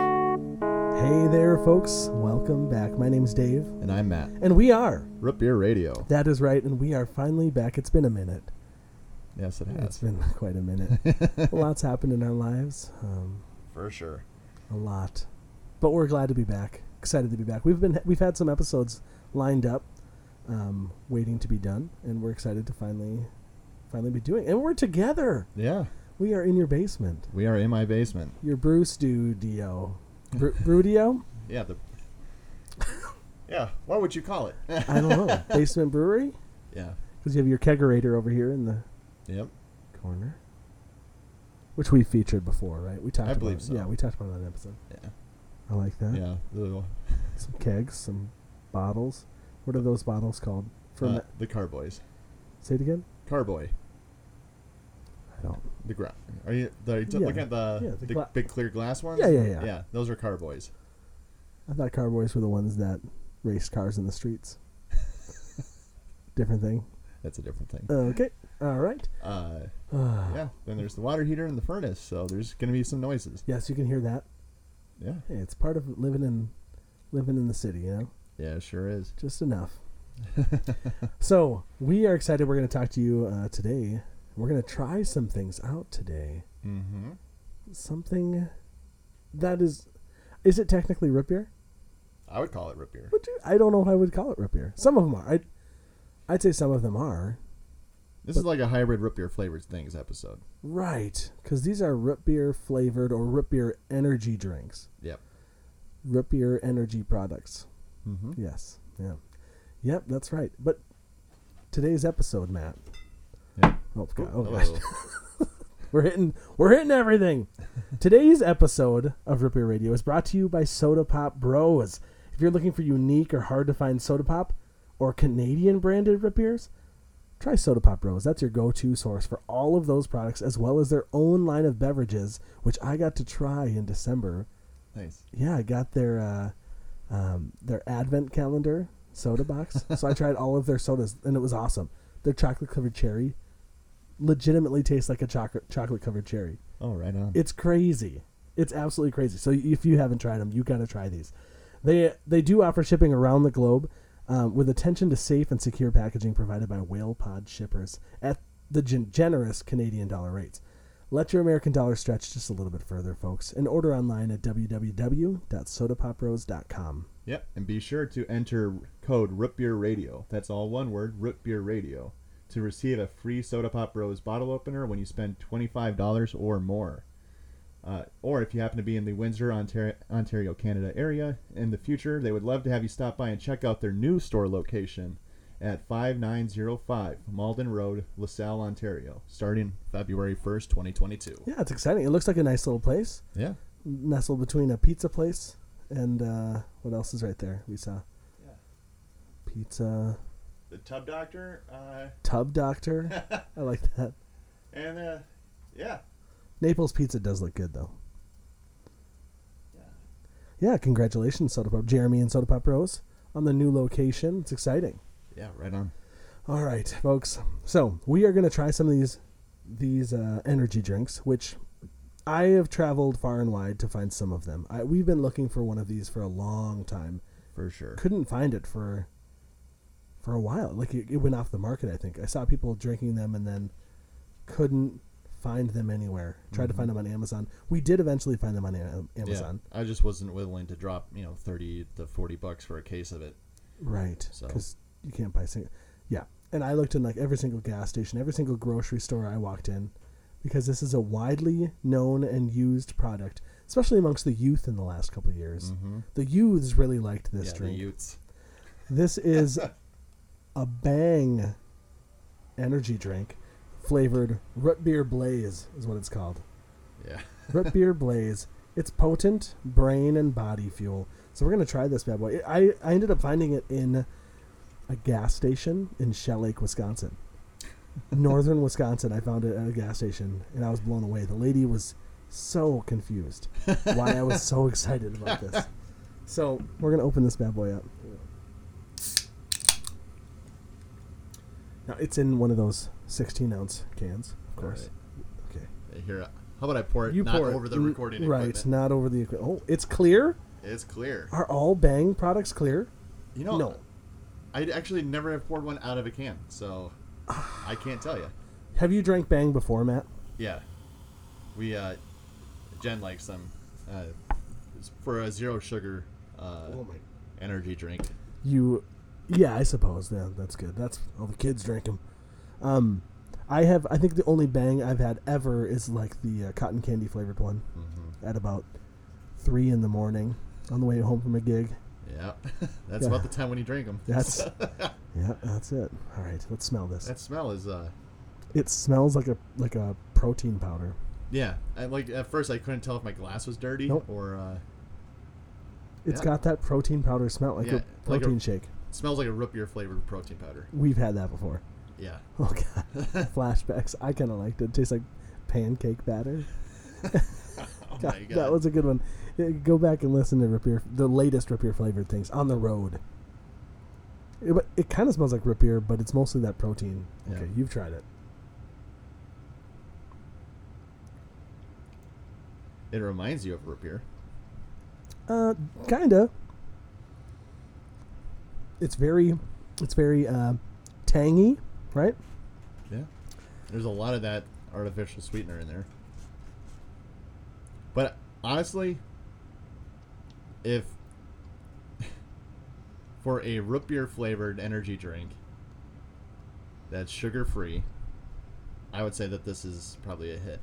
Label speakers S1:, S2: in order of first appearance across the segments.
S1: Hey there, folks. Welcome back. My name's Dave,
S2: And I'm Matt.
S1: and we are.
S2: Root Beer Radio.
S1: That is right, and we are finally back. It's been a minute.
S2: Yes, it
S1: It's
S2: has.
S1: been quite a minute. a lot's happened in our lives. Um,
S2: For sure.
S1: a lot, but we're glad to be back. Excited to be back. We've been we've had some episodes lined up, um, waiting to be done, and we're excited to finally, finally be doing. And we're together.
S2: Yeah.
S1: We are in your basement.
S2: We are in my basement.
S1: Your brew studio. Bru- Brudio?
S2: Yeah. The. yeah. What would you call it?
S1: I don't know. Basement brewery?
S2: yeah.
S1: Because you have your kegerator over here in the
S2: Yep.
S1: corner, which we featured before, right? We talked.
S2: I
S1: about
S2: believe
S1: it.
S2: so.
S1: Yeah, we talked about that episode.
S2: Yeah.
S1: I like that.
S2: Yeah. The, uh,
S1: Some kegs, some bottles. What are those bottles called? For
S2: uh,
S1: ma-
S2: the Carboys.
S1: say it again.
S2: Carboy.
S1: I don't.
S2: The gra- Are you the, you t-
S1: Yeah.
S2: looking at the,
S1: Yeah, the
S2: the,
S1: gla-
S2: big clear glass ones?
S1: Yeah, yeah, yeah.
S2: Yeah. Those are Carboys.
S1: I thought carboys were the ones that raced cars in the streets. Different thing.
S2: That's a different thing.
S1: Okay. All right.
S2: Uh,
S1: Uh,
S2: yeah. Then there's the water heater and the furnace. So there's gonna be some noises.
S1: Yes, you can hear that.
S2: Yeah.
S1: Hey, it's part of living in living in the city. You know.
S2: Yeah. it Sure is.
S1: just enough. so we are excited. We're going to talk to you uh, today. We're going to try some things out today.
S2: Mm-hmm.
S1: Something that is, is it technically root beer?
S2: I would call it root beer.
S1: Would you- I don't know how I would call it root beer. Some of them are. I'd, I'd say some of them are.
S2: This is like a hybrid root beer flavored things episode.
S1: Right, because these are root beer flavored or root beer energy drinks,
S2: Yep.
S1: root beer energy products.
S2: Mm-hmm.
S1: Yes, yeah, yep, that's right. But today's episode, Matt.
S2: Yeah.
S1: Oh, God,
S2: Ooh,
S1: oh gosh.
S2: hello.
S1: We're hitting we're hitting everything. Today's episode of Root Beer Radio is brought to you by Soda Pop Bros. If you're looking for unique or hard to find Soda Pop or Canadian branded root beers, try Soda Pop Bros. That's your go-to source for all of those products as well as their own line of beverages, which I got to try in December.
S2: Nice.
S1: Yeah, I got their uh, um, their advent calendar soda box. so I tried all of their sodas, and it was awesome. Their chocolate covered cherry legitimately tastes like a chocolate chocolate covered cherry.
S2: Oh, right on.
S1: It's crazy. It's absolutely crazy. So if you haven't tried them, you gotta try these. They they do offer shipping around the globe, um, with attention to safe and secure packaging provided by whale pod shippers at the gen- generous Canadian dollar rates. Let your American dollar stretch just a little bit further, folks, and order online at www.sodapoprose.com.
S2: Yep. And be sure to enter code Root Beer Radio. That's all one word, Root Beer Radio, to receive a free Soda Pop Bros bottle opener when you spend twenty-five dollars or more. Uh, or if you happen to be in the Windsor, Ontario, Ontario, Canada area in the future, they would love to have you stop by and check out their new store location at 5905 Malden Road, LaSalle, Ontario, starting February 1st, 2022.
S1: Yeah, it's exciting. It looks like a nice little place,
S2: Yeah.
S1: nestled between a pizza place and uh, what else is right there? We saw
S2: Yeah.
S1: pizza
S2: The Tub Doctor, uh,
S1: tub doctor. I like that.
S2: and uh, yeah.
S1: Naples pizza does look good though.
S2: Yeah.
S1: Yeah, congratulations, Soda Pop Jeremy and Soda Pop Rose on the new location. It's exciting.
S2: Yeah, right on.
S1: All right, folks. So we are going to try some of these these uh, energy drinks, which I have traveled far and wide to find some of them. I, we've been looking for one of these for a long time.
S2: For sure.
S1: Couldn't find it for for a while. Like it, it went off the market. I think I saw people drinking them and then couldn't find them anywhere. Tried to find
S2: Mm-hmm.
S1: them on Amazon. We did eventually find them on Am- Amazon.
S2: I just wasn't willing to drop, you know, 30 to 40 bucks for a case of it.
S1: Right.
S2: So-
S1: Because you can't buy single. Yeah. And I looked in like every single gas station, every single grocery store I walked in, because this is a widely known and used product, especially amongst the youth in the last couple of years. The youths really liked this
S2: Mm-hmm. yeah,
S1: drink.
S2: the Utes.
S1: This is a bang energy drink flavored root beer blaze, is what it's called
S2: Yeah.
S1: root beer blaze. It's potent brain and body fuel. So we're gonna try this bad boy. I, I ended up finding it in a gas station in Shell Lake, Wisconsin, northern Wisconsin. I found it at a gas station, and I was blown away. The lady was so confused why I was so excited about this. So we're gonna open this bad boy up. Now it's in one of those 16 ounce cans, of course. Okay.
S2: All right. Here, How about I pour it
S1: You
S2: not
S1: pour it
S2: over the
S1: n-
S2: recording
S1: right,
S2: equipment?
S1: not over the equipment. Oh, it's clear.
S2: It's clear.
S1: Are all Bang products clear?
S2: You know,
S1: No.
S2: I actually never have poured one out of a can, so I can't tell you.
S1: Have you drank Bang before, Matt?
S2: Yeah, we uh, Jen likes them uh, it's for a zero sugar uh,
S1: Oh
S2: energy drink.
S1: You, yeah, I suppose. Yeah, that's good. That's all the kids drink them. Um, I have. I think the only Bang I've had ever is like the uh, cotton candy flavored one at about three in the morning on the way home from a gig.
S2: Yeah, that's
S1: Yeah.
S2: about the time when you drink them.
S1: That's yeah. That's it. All right, let's smell this.
S2: that smell is uh,
S1: It smells like a like a protein powder.
S2: yeah. I, like at first, I couldn't tell if my glass was dirty
S1: Nope.
S2: or uh,
S1: It's
S2: Yeah.
S1: got that protein powder smell, like
S2: Yeah,
S1: a
S2: like a-
S1: protein shake.
S2: smells like a root beer flavored protein powder.
S1: We've had that before.
S2: Yeah,
S1: Oh god, flashbacks. I kind of liked it. it. Tastes like pancake batter.
S2: oh
S1: God,
S2: my god,
S1: that was a good one. Yeah, Go back and listen to Rapier, the latest Rapier flavored things on the road. It, but it kind of smells like Rapier, but it's mostly that protein.
S2: Yeah.
S1: Okay, you've tried it.
S2: it reminds you of root beer.
S1: Uh, kinda. It's very, it's very uh, tangy, right?
S2: Yeah. There's a lot of that artificial sweetener in there. But honestly, if for a root beer flavored energy drink that's sugar free, I would say that this is probably a hit.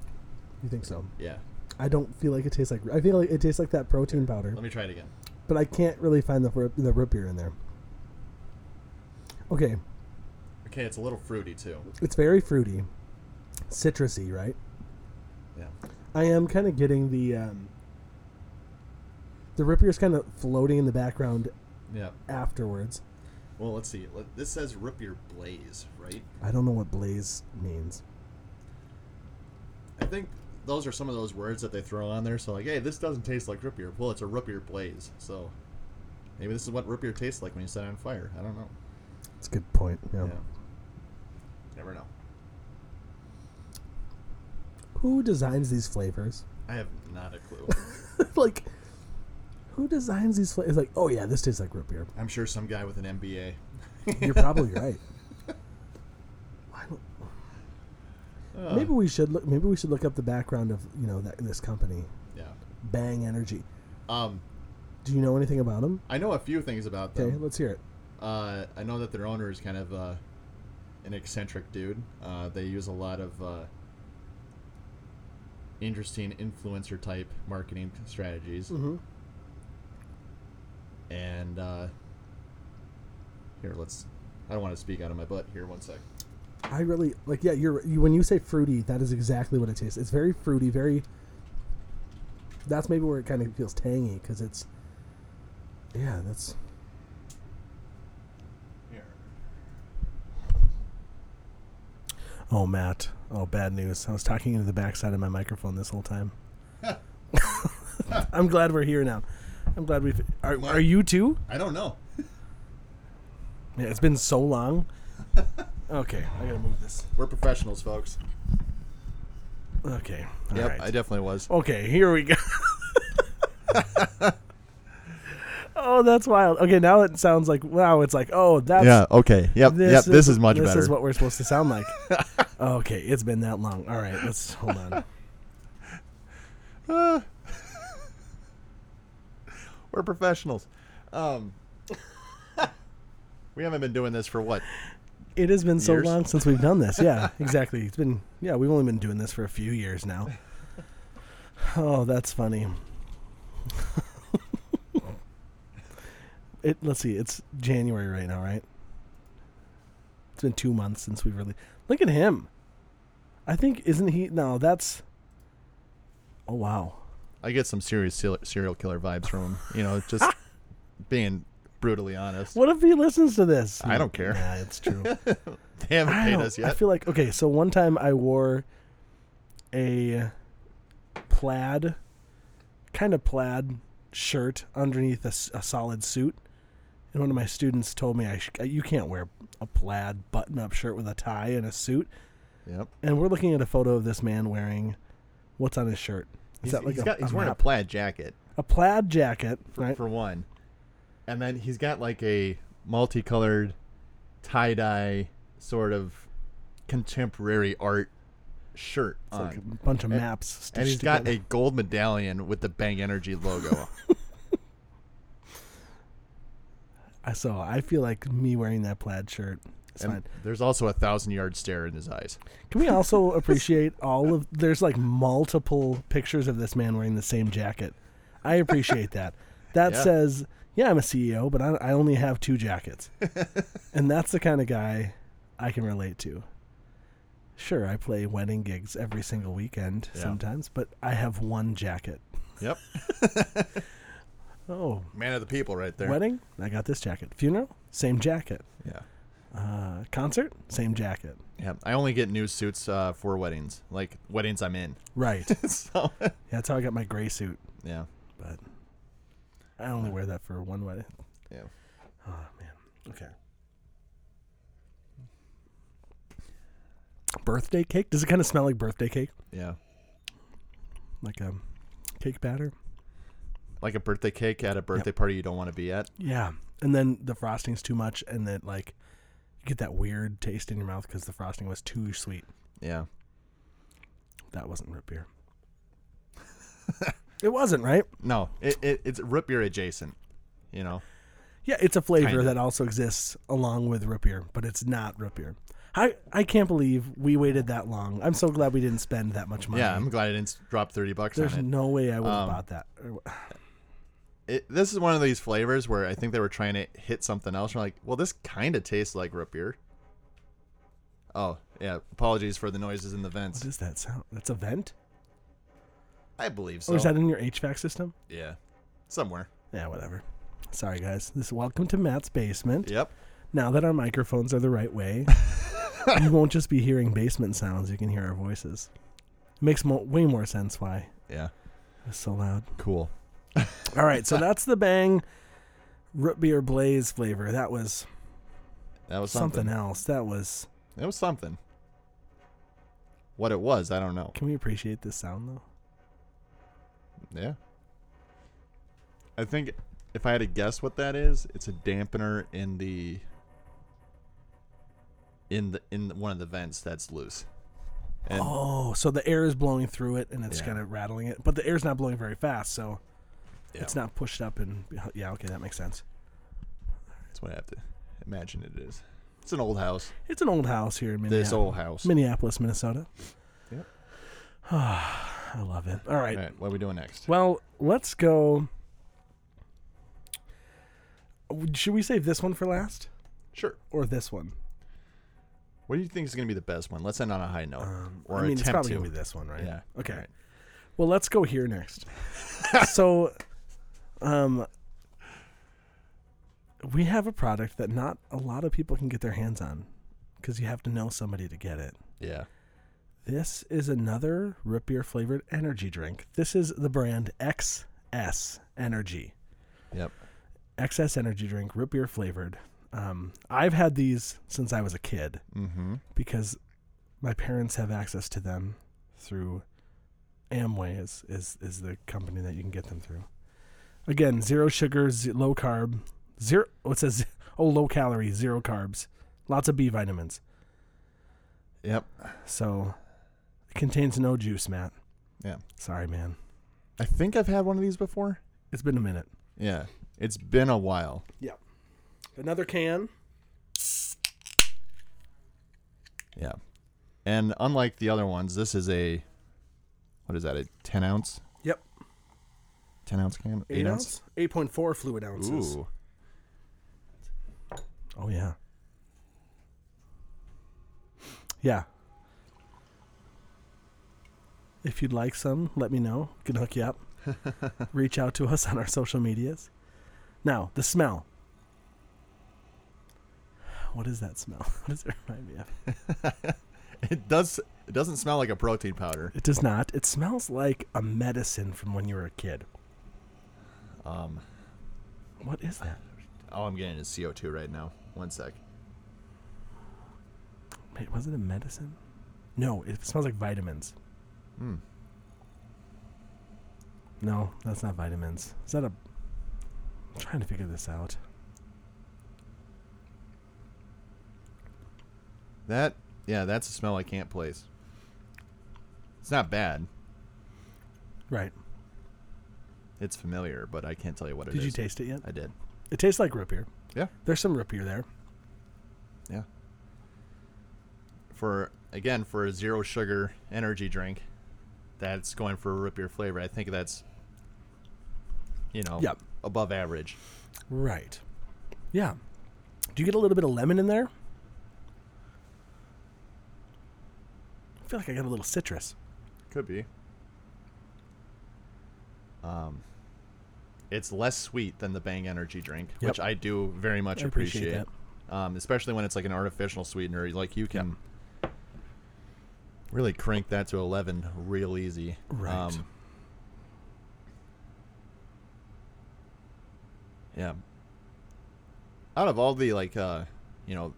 S1: You think so?
S2: Yeah.
S1: I don't feel like it tastes like. I feel like it tastes like that protein powder,
S2: Let me try it again.
S1: but I can't really find the ro- the root beer in there. Okay,
S2: Okay, it's a little fruity too.
S1: it's very fruity, citrusy, right?
S2: Yeah.
S1: I am kind of getting the um, the root beer's kind of floating in the background
S2: Yeah.
S1: afterwards.
S2: Well, let's see. Let- This says root beer blaze, right?
S1: I don't know what blaze means.
S2: I think those are some of those words that they throw on there. So like, hey, this doesn't taste like root beer. Well, it's a root beer blaze. So maybe this is what root beer tastes like when you set it on fire. I don't know.
S1: It's a good point. Yeah.
S2: Never know.
S1: Who designs these flavors?
S2: I have not a clue.
S1: like, who designs these flavors? Like, oh yeah, this tastes like root beer.
S2: I'm sure some guy with an MBA.
S1: You're probably right. I don't-
S2: Uh,
S1: Maybe we should look. Maybe we should look up the background of you know that, this company,
S2: Yeah.
S1: Bang Energy.
S2: Um,
S1: Do you know anything about them?
S2: I know a few things about
S1: Okay,
S2: them.
S1: let's hear it.
S2: Uh, I know that their owner is kind of uh, an eccentric dude. Uh, they use a lot of uh, interesting influencer type marketing strategies.
S1: Mm-hmm.
S2: and uh, here let's i don't want to speak out of my butt here one sec
S1: I really like. Yeah, you're. You, when you say fruity, that is exactly what it tastes. It's very fruity. Very. That's maybe where it kind of feels tangy because it's. Yeah, that's.
S2: here
S1: Oh, Matt. Oh, bad news. I was talking into the backside of my microphone this whole time. I'm glad we're here now. I'm glad we. Are, are you too?
S2: i don't know
S1: Yeah, it's been so long. Okay, I gotta move this.
S2: we're professionals folks
S1: Okay. all
S2: yep
S1: right.
S2: i definitely was
S1: Okay, here we go. oh, that's wild. Okay, now it sounds like wow. It's like oh, that's
S2: okay yep
S1: this is what we're supposed to sound like. okay, it's been that long. All right, let's hold on.
S2: we're professionals um we haven't been doing this for what
S1: It has been so
S2: Years?
S1: long since we've done this. Yeah, exactly. It's been yeah. We've only been doing this for a few years now. Oh, that's funny. it let's see. It's January right now, right? It's been two months since we've really. Look at him. I think isn't he? No, that's. Oh wow.
S2: i get some serious serial- serial killer vibes from him you know just being brutally honest
S1: What if he listens to this?
S2: I don't care.
S1: Yeah, it's true.
S2: they haven't
S1: I,
S2: paid
S1: don't-
S2: us
S1: I
S2: yet
S1: feel like okay. So one time I wore a plaid, kind of plaid shirt underneath a, s- a solid suit, and one of my students told me I sh- you can't wear a plaid button-up shirt with a tie and a suit.
S2: yep
S1: And we're looking at a photo of this man wearing What's on his shirt? Is
S2: He's,
S1: that like
S2: he's
S1: a,
S2: got- he's
S1: a
S2: wearing a
S1: wrap?
S2: plaid jacket
S1: a plaid jacket,
S2: for,
S1: right?
S2: for one, and then he's got like a multicolored tie dye sort of contemporary art shirt
S1: It's
S2: on.
S1: like a bunch of
S2: And-
S1: maps.
S2: and
S1: stitched
S2: he's got
S1: together.
S2: a gold medallion with the Bang Energy logo.
S1: I saw. I feel like me wearing that plaid shirt. It's
S2: and
S1: fine.
S2: there's also a thousand yard stare in his eyes.
S1: Can we also appreciate all of? There's like multiple pictures of this man wearing the same jacket. I appreciate that. That
S2: Yeah.
S1: says, yeah, I'm a CEO, but I, I only have two jackets, and that's the kind of guy I can relate to. Sure, I play wedding gigs every single weekend
S2: Yeah.
S1: sometimes, but I have one jacket.
S2: Yep,
S1: Oh,
S2: man of the people right there.
S1: wedding? I got this jacket. Funeral? Same jacket.
S2: Yeah,
S1: Uh, concert? Same jacket.
S2: yeah. I only get new suits uh, for weddings, like weddings I'm in.
S1: Right. yeah,
S2: so
S1: that's how I got my gray suit,
S2: yeah,
S1: but I only wear that for one wedding.
S2: yeah.
S1: Oh man. Okay. Birthday cake? Does it kind of smell like birthday cake?
S2: Yeah.
S1: Like a cake batter?
S2: Like a birthday cake at a birthday party you don't want to be at.
S1: Yeah. And then the frosting's too much and then like you get that weird taste in your mouth cuz the frosting was too sweet.
S2: Yeah.
S1: That wasn't root beer. it wasn't, right?
S2: No, it, it, it's root beer adjacent, you know?
S1: Yeah, it's a flavor
S2: Kinda.
S1: that also exists along with root beer, but it's not root beer. I, I can't believe we waited that long. I'm so glad we didn't spend that much money.
S2: Yeah, I'm glad I didn't s- drop 30 bucks
S1: There's
S2: on it.
S1: no way I would have
S2: Um,
S1: bought that. Or-
S2: it. This is one of these flavors where I think they were trying to hit something else. We're like, well, this kind of tastes like root beer. Oh, yeah. Apologies for the noises in the
S1: What
S2: vents.
S1: does that sound? That's a vent?
S2: I believe so.
S1: Or Oh, is that in your HVAC system?
S2: yeah. Somewhere.
S1: Yeah, whatever. Sorry, guys. This welcome to Matt's basement.
S2: Yep.
S1: Now that our microphones are the right way, you won't just be hearing basement sounds. You can hear our voices. makes mo- way more sense why
S2: Yeah.
S1: it's so loud.
S2: Cool.
S1: All right, so that's the Bang root beer blaze flavor. That was
S2: That was
S1: something.
S2: something.
S1: else. That was.
S2: It was something. What it was, I don't know.
S1: Can we appreciate this sound though?
S2: Yeah. I think if I had to guess what that is, it's a dampener in the in the in one of the vents that's loose. And
S1: Oh, so the air is blowing through it and it's
S2: Yeah.
S1: kind of rattling it, but the air's not blowing very fast, so
S2: Yeah.
S1: it's not pushed up and yeah, okay, that makes sense.
S2: that's what I have to imagine it is. It's an old house.
S1: It's an old house here in Minneapolis,
S2: This old house.
S1: Minneapolis Minnesota.
S2: Yep.
S1: I love it. All right.
S2: All right, what are we doing next?
S1: Well, let's go. Should we save this one for last
S2: Sure.
S1: or this one?
S2: What do you think is going to be the best one? Let's end on a high note, or
S1: Um, I mean, it's
S2: attempt
S1: probably
S2: to.
S1: gonna be this one, right?
S2: Yeah.
S1: Okay.
S2: All right.
S1: Well, let's go here next. so, um, we have a product that not a lot of people can get their hands on because you have to know somebody to get it.
S2: Yeah.
S1: This is another root beer flavored energy drink. This is the brand XS Energy.
S2: Yep.
S1: XS Energy drink, root beer flavored. Um, I've had these since I was a kid
S2: Mm-hmm.
S1: because my parents have access to them through Amway is is, is the company that you can get them through. Again, zero sugar, ze- low carb, zero. Oh, it says oh, low calorie, zero carbs, lots of B vitamins.
S2: Yep.
S1: So it contains no juice, Matt.
S2: Yeah.
S1: Sorry, man.
S2: I think I've had one of these before.
S1: It's been a minute.
S2: Yeah. It's been a while.
S1: Another can.
S2: Yeah. And unlike the other ones, this is a what is that, a ten ounce?
S1: Yep.
S2: Ten ounce can?
S1: Eight, ounce. Eight point four fluid ounces.
S2: Ooh.
S1: Oh yeah. Yeah. If you'd like some, let me know. We can hook you up. Reach out to us on our social medias. Now, the smell. What is that smell? What does it remind me of?
S2: It does it doesn't smell like a protein powder.
S1: It does not. It smells like a medicine from when you were a kid.
S2: Um
S1: What is that?
S2: all I'm getting is CO two right now. One sec.
S1: Wait, was it a medicine? No, it smells like vitamins.
S2: Hmm.
S1: No, that's not vitamins. Is that a? I'm trying to figure this out.
S2: That yeah, that's a smell I can't place. It's not bad.
S1: Right.
S2: It's familiar, but I can't tell you what it is.
S1: Did you taste it yet?
S2: I did.
S1: It tastes like root beer.
S2: Yeah.
S1: There's some root beer there.
S2: Yeah. For again, for a zero sugar energy drink, that's going for a root beer flavor. I think that's you know
S1: Yep.
S2: above average.
S1: Right. Yeah. Do you get a little bit of lemon in there? I feel like I got a little citrus.
S2: Could be. Um, it's less sweet than the Bang energy drink,
S1: Yep.
S2: which I do very much
S1: I appreciate
S2: appreciate. Um, especially when it's like an artificial sweetener, like you can really crank that to eleven real easy. Um,
S1: Right.
S2: yeah. Out of all the like, uh, you know,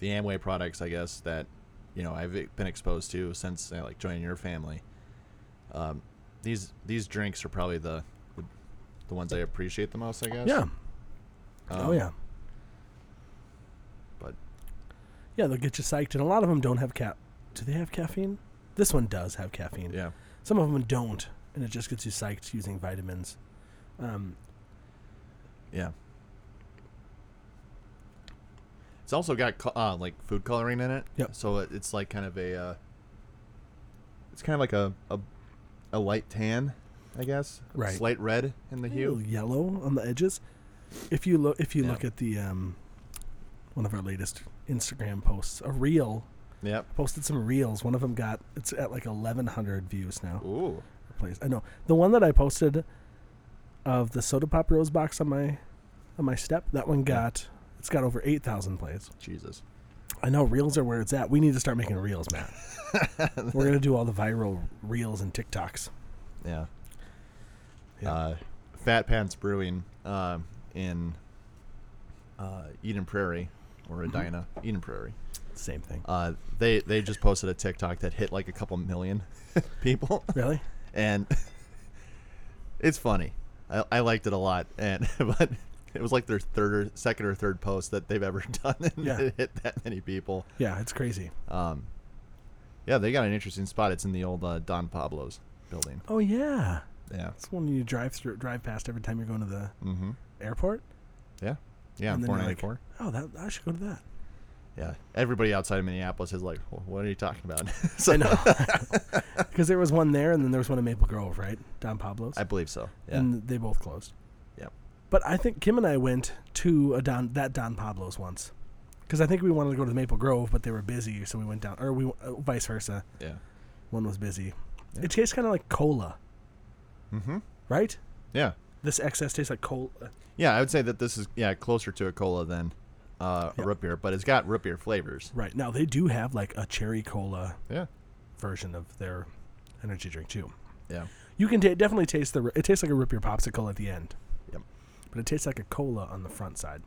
S2: the Amway products, I guess that you know I've been exposed to since uh, like joining your family. Um, these these drinks are probably the the, the ones I appreciate the most. I guess.
S1: Yeah.
S2: Um,
S1: oh yeah.
S2: But
S1: Yeah, they'll get you psyched, and a lot of them don't have cap. Do they have caffeine? This one does have caffeine.
S2: yeah,
S1: Some of them don't, and it just gets you psyched using vitamins. Um,
S2: yeah. It's also got co- uh, like food coloring in it.
S1: Yep.
S2: So it, it's like kind of a. Uh, it's kind of like a, a a light tan, I guess.
S1: Right.
S2: Slight red in the
S1: a little
S2: hue.
S1: yellow on the edges. If you look, if you
S2: Yeah.
S1: look at the um, one of our latest Instagram posts, a reel
S2: Yep.
S1: posted some reels. One of them got it's at like eleven hundred views now.
S2: Ooh.
S1: Please, I know the one that I posted of the soda pop rose box on my on my step. That one got it's got over eight thousand plays.
S2: Jesus.
S1: I know reels are where it's at. We need to start making reels, Matt. We're gonna do all the viral reels and TikToks.
S2: Yeah.
S1: Yeah.
S2: Uh, Fat Pants Brewing um, in uh, Eden Prairie or
S1: Mm-hmm.
S2: Edina, Eden Prairie.
S1: Same thing.
S2: Uh, they they just posted a TikTok that hit like a couple million people,
S1: Really?
S2: and it's funny. I, I liked it a lot, and but it was like their third, or second or third post that they've ever done, and
S1: Yeah.
S2: it hit that many people.
S1: Yeah, it's crazy.
S2: Um, yeah, they got an interesting spot. It's in the old uh, Don Pablo's building.
S1: Oh yeah,
S2: Yeah.
S1: it's one you drive through, drive past every time you're going to the
S2: Mm-hmm.
S1: airport.
S2: Yeah. Yeah.
S1: And then you're
S2: Four
S1: like-
S2: ninety four.
S1: Oh, that I should go to that.
S2: Yeah. Everybody outside of Minneapolis is like, "Wh- "What are you talking about?" so,
S1: I know. Because there was one there, and then there was one in Maple Grove, right? Don Pablo's.
S2: I believe so. Yeah.
S1: And they both closed.
S2: Yep.
S1: But I think Kim and I went to a Don that Don Pablo's once, because I think we wanted to go to the Maple Grove, but they were busy, so we went down, or we uh, vice versa.
S2: yeah.
S1: One was busy.
S2: Yeah.
S1: It tastes kind of like cola,
S2: Mm-hmm.
S1: right?
S2: Yeah.
S1: This excess tastes like uh, cola.
S2: Yeah. I would say that this is yeah closer to a cola than uh,
S1: Yeah.
S2: a root beer, but it's got root beer flavors.
S1: Right now they do have like a cherry cola
S2: Yeah.
S1: version of their energy drink too.
S2: Yeah.
S1: You can ta definitely taste the. It tastes like a root beer popsicle at the end.
S2: Yep.
S1: But it tastes like a cola on the front side.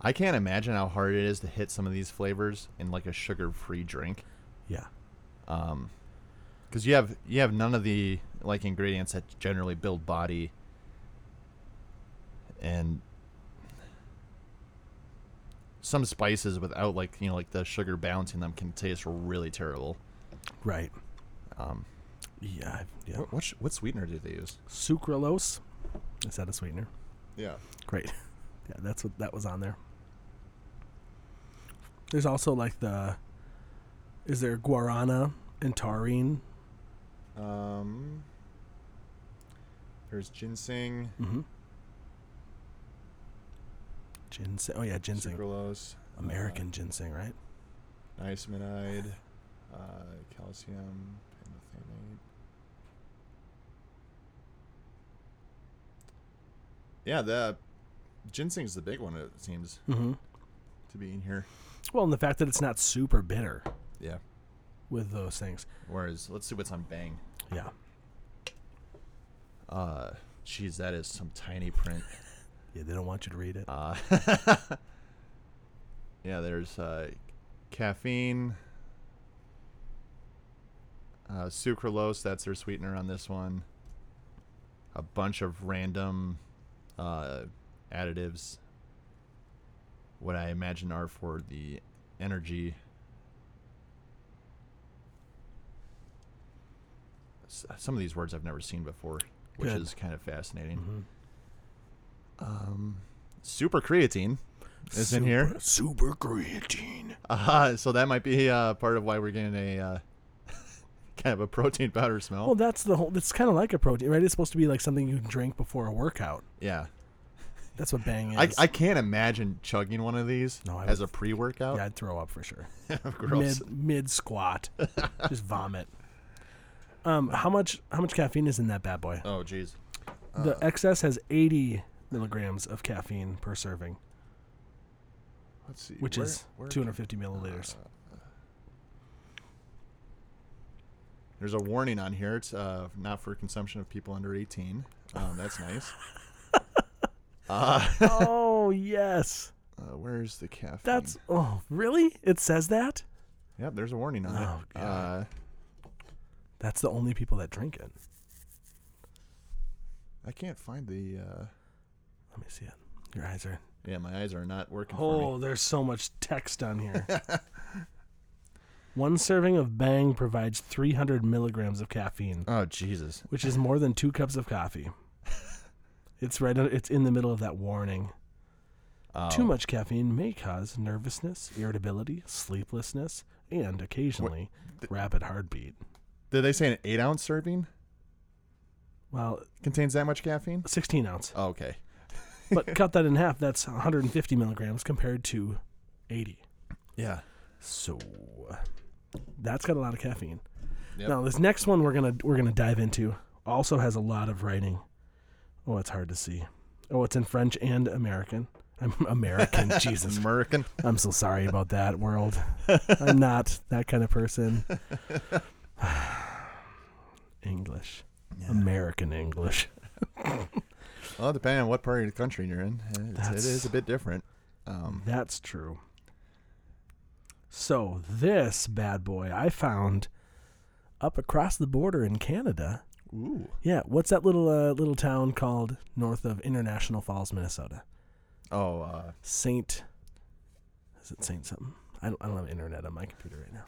S2: I can't imagine how hard it is to hit some of these flavors in like a sugar-free drink,
S1: Yeah.
S2: um, because you have you have none of the like ingredients that generally build body. And some spices without like you know like the sugar balancing them can taste really terrible.
S1: Right.
S2: Um, oh.
S1: Yeah. I've- Yeah.
S2: what, what sh- Uh, what sweetener do they use?
S1: Sucralose. Is that a sweetener?
S2: Yeah.
S1: Great. Yeah, that's what that was on there. There's also like the. Is there guarana and taurine?
S2: Um. There's ginseng,
S1: Mm-hmm. Ginseng. Oh yeah, ginseng.
S2: sucralose,
S1: American ginseng, right?
S2: nicotinide, uh, calcium, pantothenate. Yeah, the ginseng's the big one. It seems
S1: Mm-hmm.
S2: to be in here.
S1: Well, and the fact that it's not super bitter
S2: Yeah.
S1: with those things.
S2: Whereas, let's see what's on Bang.
S1: Yeah.
S2: Uh, geez, that is some tiny print.
S1: Yeah, they don't want you to read it.
S2: Uh, yeah, there's uh, caffeine, uh, sucralose. That's their sweetener on this one. a bunch of random uh, additives. What I imagine are for the energy. S- Some of these words I've never seen before, which
S1: Good. Mm-hmm.
S2: is kind of fascinating. Um, super creatine is in here.
S1: Super creatine.
S2: Uh, so that might be uh, part of why we're getting a uh, kind of a protein powder smell.
S1: Well, that's the whole. It's kind of like a protein, right? It's supposed to be like something you drink before a workout.
S2: yeah,
S1: That's what bang
S2: I,
S1: is.
S2: I can't imagine chugging one of these
S1: No, I
S2: as
S1: would-
S2: a pre-workout.
S1: yeah, I'd throw up for sure.
S2: Gross.
S1: Mid mid squat, just vomit. Um, how much how much caffeine is in that bad boy?
S2: Oh, jeez.
S1: the excess has 80 milligrams of caffeine per serving,
S2: Let's see.
S1: which
S2: where-
S1: is
S2: where can-
S1: 250 milliliters.
S2: There's a warning on here. It's uh, not for consumption of people under 18. Um, that's nice. Uh,
S1: oh yes,
S2: uh, where's the caffeine?
S1: that's oh really? It says that.
S2: Yep, there's a warning on
S1: Oh,
S2: it. Uh,
S1: That's the only people that drink it.
S2: I can't find the. Uh,
S1: Let me see it. Your eyes are.
S2: yeah, my eyes are not working for me.
S1: Oh, there's so much text on here. One serving of Bang provides 300 milligrams of caffeine,
S2: Oh, Jesus.
S1: which is more than two cups of coffee. It's right. It's in the middle of that warning. Too
S2: Oh.
S1: much caffeine may cause nervousness, irritability, sleeplessness, and occasionally rapid heartbeat.
S2: Did they say an eight ounce serving
S1: Well,
S2: contains that much caffeine?
S1: 16 ounce,
S2: Oh, okay.
S1: but cut that in half. That's 150 milligrams compared to 80.
S2: Yeah.
S1: So that's got a lot of caffeine.
S2: Yep.
S1: Now this next one we're gonna we're gonna dive into also has a lot of writing. Oh, it's hard to see. Oh, it's in French and American. I'm American. Jesus,
S2: American.
S1: I'm so sorry about that world. I'm not that kind of person. English, American English.
S2: Well, depending on what part of the country you're in, it's, it
S1: That's-
S2: is a bit different. Um,
S1: That's true. So this bad boy I found up across the border in Canada.
S2: ooh,
S1: Yeah, what's that little uh, little town called north of International Falls, Minnesota?
S2: oh, uh,
S1: Saint. Is it Saint something? I don't, I don't have internet on my computer right now.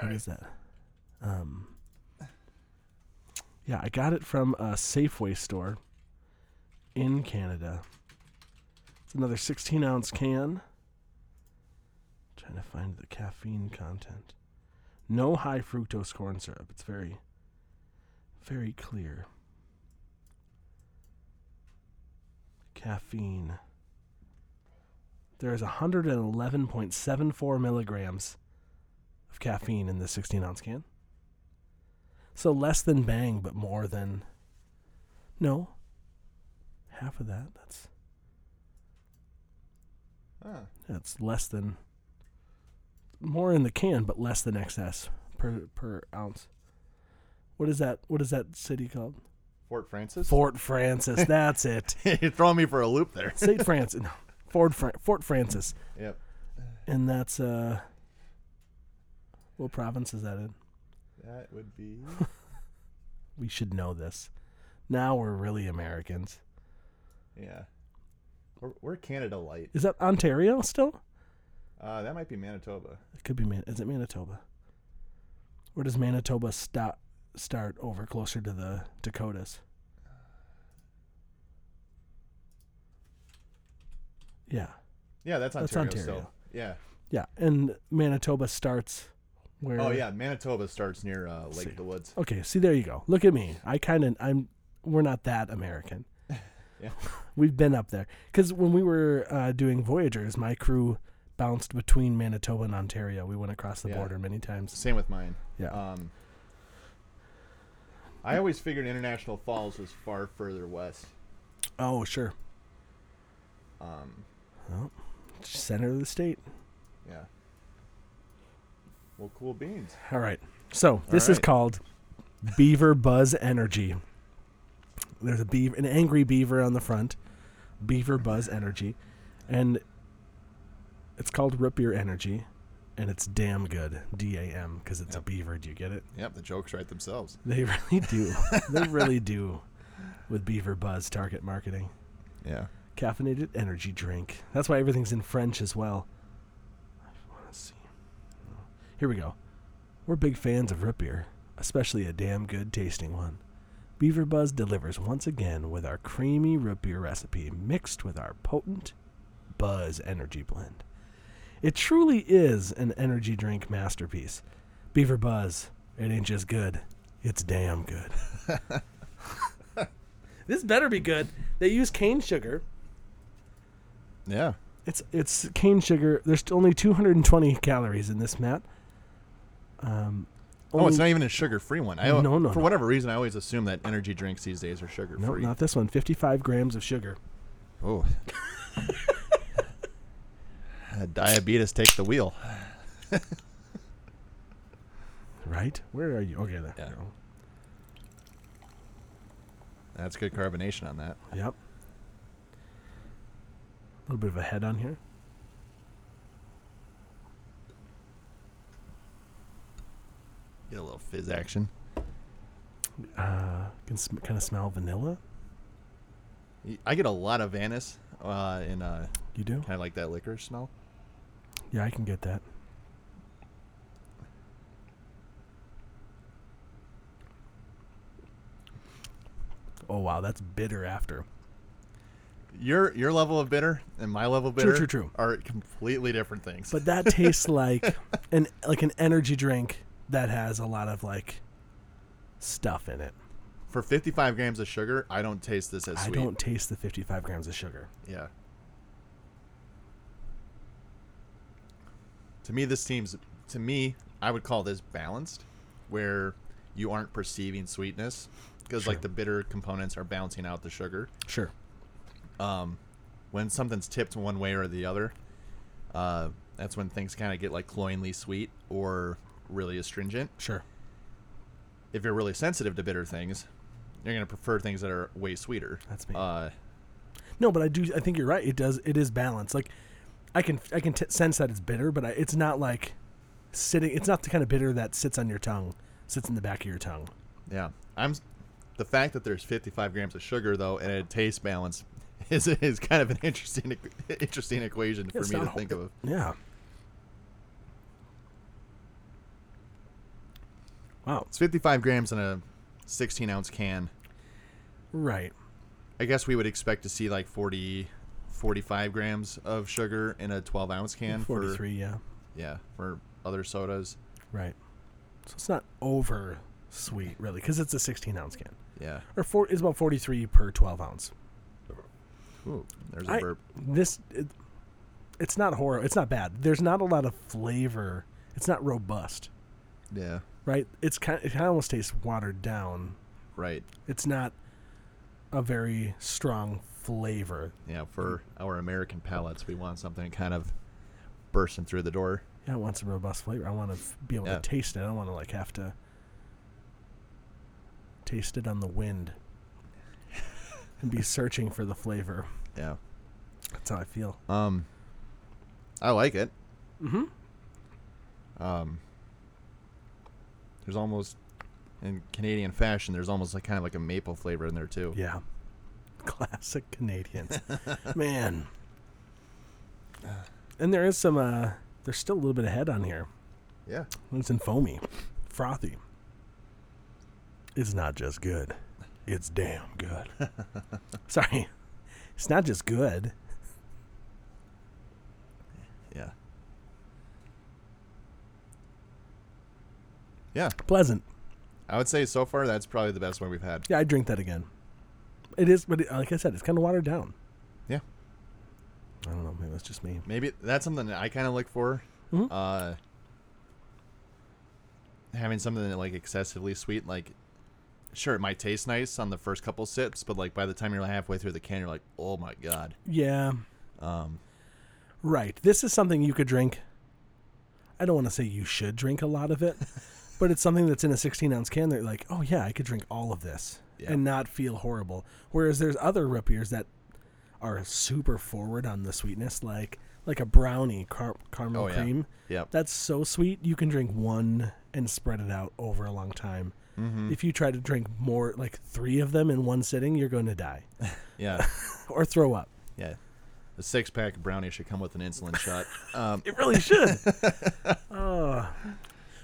S1: What is that? Um. Yeah, I got it from a Safeway store in Canada. It's another 16 ounce can. Trying to find the caffeine content. No high fructose corn syrup. It's very, very clear. Caffeine. There is 111.74 milligrams of caffeine in this 16 ounce can. So less than bang, but more than. No. Half of that. That's
S3: Ah,
S1: that's less than. More in the can, but less than excess per per ounce. What is that? What is that city called?
S2: Fort Francis.
S1: Fort Francis. That's it.
S2: you're throwing me for a loop there.
S1: St. Francis. No, Fort Fran- Fort Francis.
S3: yep.
S1: And that's uh what province is that in?
S3: That would be
S1: We should know this. Now we're really Americans.
S3: yeah. We're, we're Canada light.
S1: Is that Ontario still?
S3: Uh, that might be Manitoba.
S1: It could be Man- is it Manitoba? Or does Manitoba stop start over closer to the Dakotas? Yeah.
S3: Yeah, that's
S1: That's
S3: Ontario.
S1: Ontario.
S3: Still. Yeah.
S1: Yeah, and Manitoba starts where
S3: Oh yeah, Manitoba starts near uh, Lake
S1: See.
S3: of the Woods.
S1: Okay, see there you go. Look at me. I kind of I'm we're not that American.
S3: Yeah.
S1: We've been up there cuz when we were uh, doing voyagers, my crew bounced between Manitoba and Ontario. We went across the
S3: Yeah.
S1: border many times.
S3: Same with mine.
S1: Yeah.
S3: Um, I always figured International Falls was far further west.
S1: Oh, sure.
S3: Um,
S1: Center of the state.
S3: yeah. Well, cool beans.
S1: All right. So, this is
S2: right.
S1: called Beaver Buzz Energy. There's a beaver an angry beaver on the front. Beaver Buzz Energy and it's called Root Beer Energy and it's damn good. D A M because it's a beaver. Do you get it?
S2: Yep, the jokes write themselves.
S1: They really do. they really do. With Beaver Buzz target marketing,
S2: Yeah.
S1: caffeinated energy drink. That's why everything's in French as well. I want to see. Here we go. We're big fans of root beer, especially a damn good tasting one. Beaver Buzz delivers once again with our creamy root beer recipe mixed with our potent Buzz energy blend. It truly is an energy drink masterpiece. Beaver Buzz, it ain't just good, it's damn good. this better be good. They use cane sugar.
S2: Yeah.
S1: It's it's cane sugar. There's only 220 calories in this, Matt. Um,
S2: Oh, it's
S1: only-
S2: not even a sugar-free one. I,
S1: No, no,
S2: For
S1: no.
S2: whatever reason, I always assume that energy drinks these days are
S1: Nope,
S2: sugar-free.
S1: not this one. 55 grams of sugar.
S2: Oh. Uh, Diabetes take the wheel.
S1: Right? Where are you? Okay, there.
S2: Yeah. That's good carbonation on that.
S1: Yep. A little bit of a head on here.
S2: Get a little fizz action.
S1: Uh, can sm- kind of smell vanilla.
S2: Y- I get a lot of anise uh, in uh,
S1: You do?
S2: kind of like that licorice smell.
S1: Yeah, I can get that. Oh wow, that's bitter after.
S2: Your your level of bitter and my level of bitter
S1: true, true.
S2: are completely different things.
S1: But that tastes like an like an energy drink that has a lot of like stuff in it.
S2: for 55 grams of sugar, I don't taste this as
S1: I
S2: sweet.
S1: don't taste the 55 grams of sugar.
S2: Yeah. To me, this seems. To me, I would call this balanced, where you aren't perceiving sweetness because
S1: Sure.
S2: like the bitter components are balancing out the sugar.
S1: Sure.
S2: Um, when something's tipped one way or the other, uh, that's when things kind of get like cloyingly sweet or really astringent.
S1: Sure.
S2: If you're really sensitive to bitter things, you're gonna prefer things that are way sweeter.
S1: That's me.
S2: Uh,
S1: No, but I do. I think you're right. It does. It is balanced. Like, I can I can t- sense that it's bitter, but I, it's not like sitting. It's not the kind of bitter that sits on your tongue, sits in the back of your tongue.
S2: Yeah, I'm. s- The fact that there's 55 grams of sugar though, and a taste balance, is is kind of an interesting equ- interesting equation for
S1: It's
S2: me to
S1: not
S2: think
S1: whole-
S2: of.
S1: Yeah. Wow.
S2: It's 55 grams in a 16 ounce can.
S1: Right.
S2: I guess we would expect to see like 40, 45 grams of sugar in a 12 ounce can. for-
S1: Forty-three. yeah.
S2: yeah, for other sodas.
S1: Right. So it's not over sweet, really, because it's a sixteen-ounce can,
S2: Yeah.
S1: or four. It's about forty-three per twelve ounce.
S2: Ooh, there's a
S1: I-
S2: burp.
S1: this it, it's not horror it's not bad there's not a lot of flavor it's not robust
S2: Yeah.
S1: right it's kind it kind of almost tastes watered down
S2: Right.
S1: it's not a very strong flavor
S2: Yeah. For our American palates, we want something kind of bursting through the door.
S1: yeah, i want some robust flavor i want to be able
S2: Yeah.
S1: to taste it i don't want to like have to taste it on the wind and be searching for the flavor
S2: Yeah.
S1: that's how i feel
S2: Um, I like it.
S1: mm-hmm
S2: Um, there's almost in Canadian fashion. There's almost like kind of like a maple flavor in there too.
S1: yeah classic canadians man and there is some uh there's still a little bit of head on here
S2: Yeah.
S1: it's in foamy frothy it's not just good it's damn good sorry it's not just good
S2: Yeah. Yeah.
S1: pleasant
S2: I would say so far that's probably the best one we've had.
S1: yeah i drink that again it is but it, like i said it's kind of watered down
S2: Yeah.
S1: i don't know maybe that's just me
S2: Maybe that's something that I kind of look for.
S1: Mhm.
S2: Uh, having something that like excessively sweet, like sure it might taste nice on the first couple sips, but like by the time you're halfway through the can, you're like, oh my god.
S1: yeah
S2: Um,
S1: Right. This is something you could drink. I don't want to say you should drink a lot of it, but it's something that's in a 16 ounce can. They're like, oh, yeah, I could drink all of this
S2: Yeah.
S1: and not feel horrible. Whereas there's other root beers that are super forward on the sweetness, like like a brownie car- caramel
S2: Oh, yeah.
S1: cream.
S2: Yep.
S1: That's so sweet. You can drink one and spread it out over a long time.
S2: Mm-hmm.
S1: If you try to drink more, like three of them in one sitting, you're going to die
S2: Yeah.
S1: or throw up.
S2: Yeah. A six pack of brownie should come with an insulin shot. Um,
S1: It really should. oh.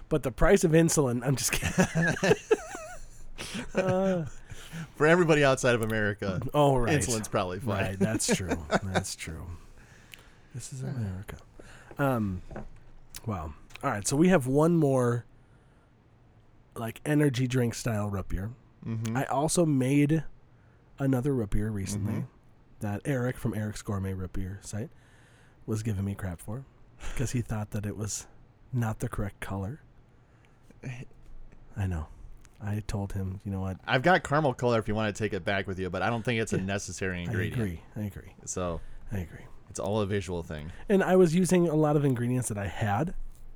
S1: But the price of insulin, I'm just kidding. Uh,
S2: for everybody outside of America,
S1: oh, right.
S2: insulin's probably fine.
S1: Right, that's true. That's true. This is America. Um, wow. All right, so we have one more, like energy drink style root beer.
S2: Mm-hmm.
S1: I also made another root beer recently
S2: Mhm.
S1: that Eric from Eric's Gourmet Root Beer site was giving me crap for because he thought that it was not the correct color. I know. I told him, you know what?
S2: I've got caramel color if you want to take it back with you, but I don't think it's a necessary ingredient.
S1: I agree. I agree.
S2: So
S1: I agree.
S2: it's all a visual thing.
S1: and I was using a lot of ingredients that I had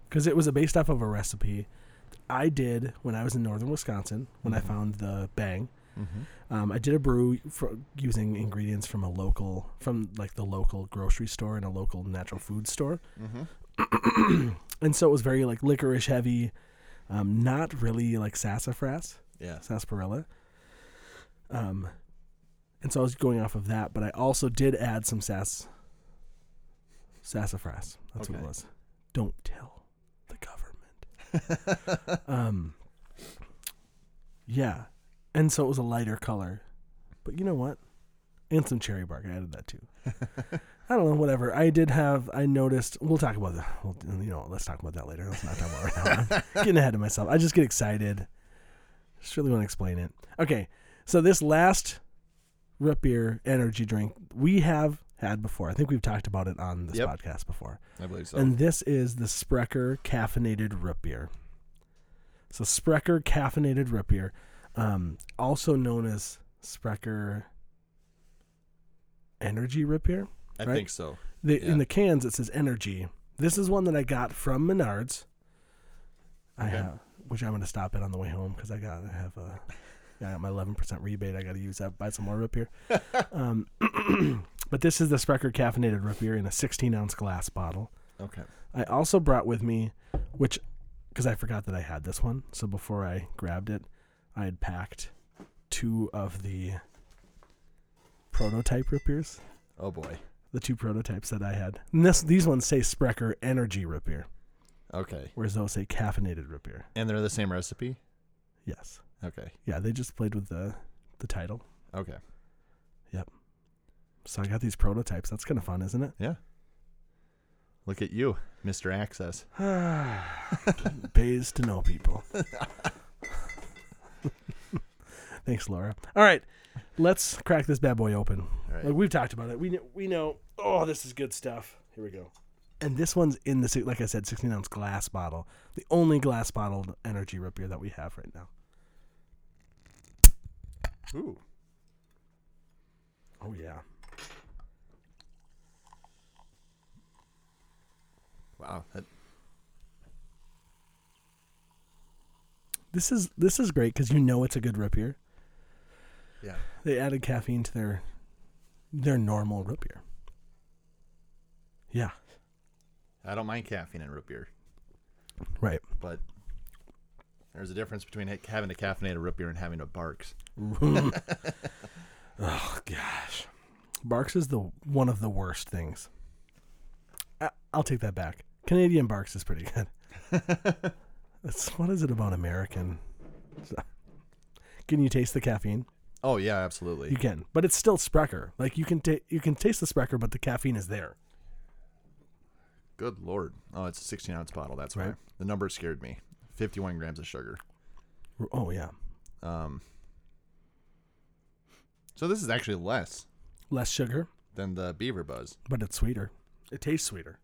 S1: because it was a based off of a recipe I did when I was in northern Wisconsin when I found the bang.
S2: Mm-hmm.
S1: Um, I did a brew for using ingredients from a local, from like the local grocery store and a local natural food store,
S2: Mm-hmm.
S1: and so it was very like licorice heavy, um, not really like sassafras,
S2: Yeah.
S1: uh, sarsaparilla. Um, and so I was going off of that, but I also did add some sass, sassafras. That's what
S2: Okay.
S1: it was. Don't tell the government. um, yeah, and so it was a lighter color, but you know what? And some cherry bark. I added that too. I don't know. Whatever. I did have. I noticed. We'll talk about that. We'll, you know, let's talk about that later. Let's not talk about it right now. I'm getting ahead of myself. I just get excited. Just really want to explain it. Okay, so this last root beer energy drink we have had before. I think we've talked about it on this
S2: Yep.
S1: podcast before.
S2: I believe so.
S1: And this is the Sprecher caffeinated root beer. So Sprecher caffeinated root beer, um, also known as Sprecher energy root beer.
S2: I
S1: right?
S2: think so.
S1: The,
S2: Yeah.
S1: In the cans, it says energy. This is one that I got from Menards. I
S2: Okay.
S1: have, which I'm going to stop at on the way home because I got I have a, I got my 11% rebate. I got to use that buy some more root beer. um, but this is the Sprecher caffeinated root beer in a 16 ounce glass bottle.
S2: Okay.
S1: I also brought with me, which, because I forgot that I had this one. So before I grabbed it, I had packed two of the prototype root beers
S2: Oh boy.
S1: the two prototypes that I had. And this, these ones say Sprecher Energy Root Beer,
S2: Okay.
S1: whereas those say Caffeinated Root Beer.
S2: And they're the same recipe.
S1: Yes.
S2: Okay.
S1: Yeah, they just played with the, the title.
S2: Okay.
S1: So I got these prototypes. That's kind of fun, isn't it?
S2: Look at you, Mr. Access.
S1: Pays to know people. Thanks, Laura. All right, let's crack this bad boy open.
S2: All right.
S1: Like we've talked about it. We kn- we know. Oh, this is good stuff. Here we go. And this one's in the si- like I said, sixteen ounce glass bottle. The only glass bottled energy root beer that we have right now.
S2: Ooh.
S1: Oh yeah.
S2: Wow. That,
S1: This is this is great because you know it's a good root beer.
S2: yeah.
S1: They added caffeine to their their normal root beer. Yeah.
S2: I don't mind caffeine in root beer,
S1: Right.
S2: but there's a difference between ha- having to caffeinate a root beer and having a Barks.
S1: oh gosh, Barks is the one of the worst things. I, I'll take that back. Canadian Barks is pretty good. That's what is it about American? Can you taste the caffeine?
S2: Oh yeah, absolutely.
S1: You can, but it's still Sprecher. Like you can ta- you can taste the Sprecher, but the caffeine is there.
S2: Good lord. Oh, it's a 16 ounce bottle. That's
S1: Right.
S2: right. The number scared me. 51 grams of sugar.
S1: Oh yeah,
S2: Um. So this is actually less
S1: less sugar,
S2: than the Beaver Buzz.
S1: but it's sweeter. It tastes sweeter.